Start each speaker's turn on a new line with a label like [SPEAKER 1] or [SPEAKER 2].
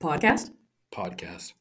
[SPEAKER 1] Podcast?
[SPEAKER 2] podcast.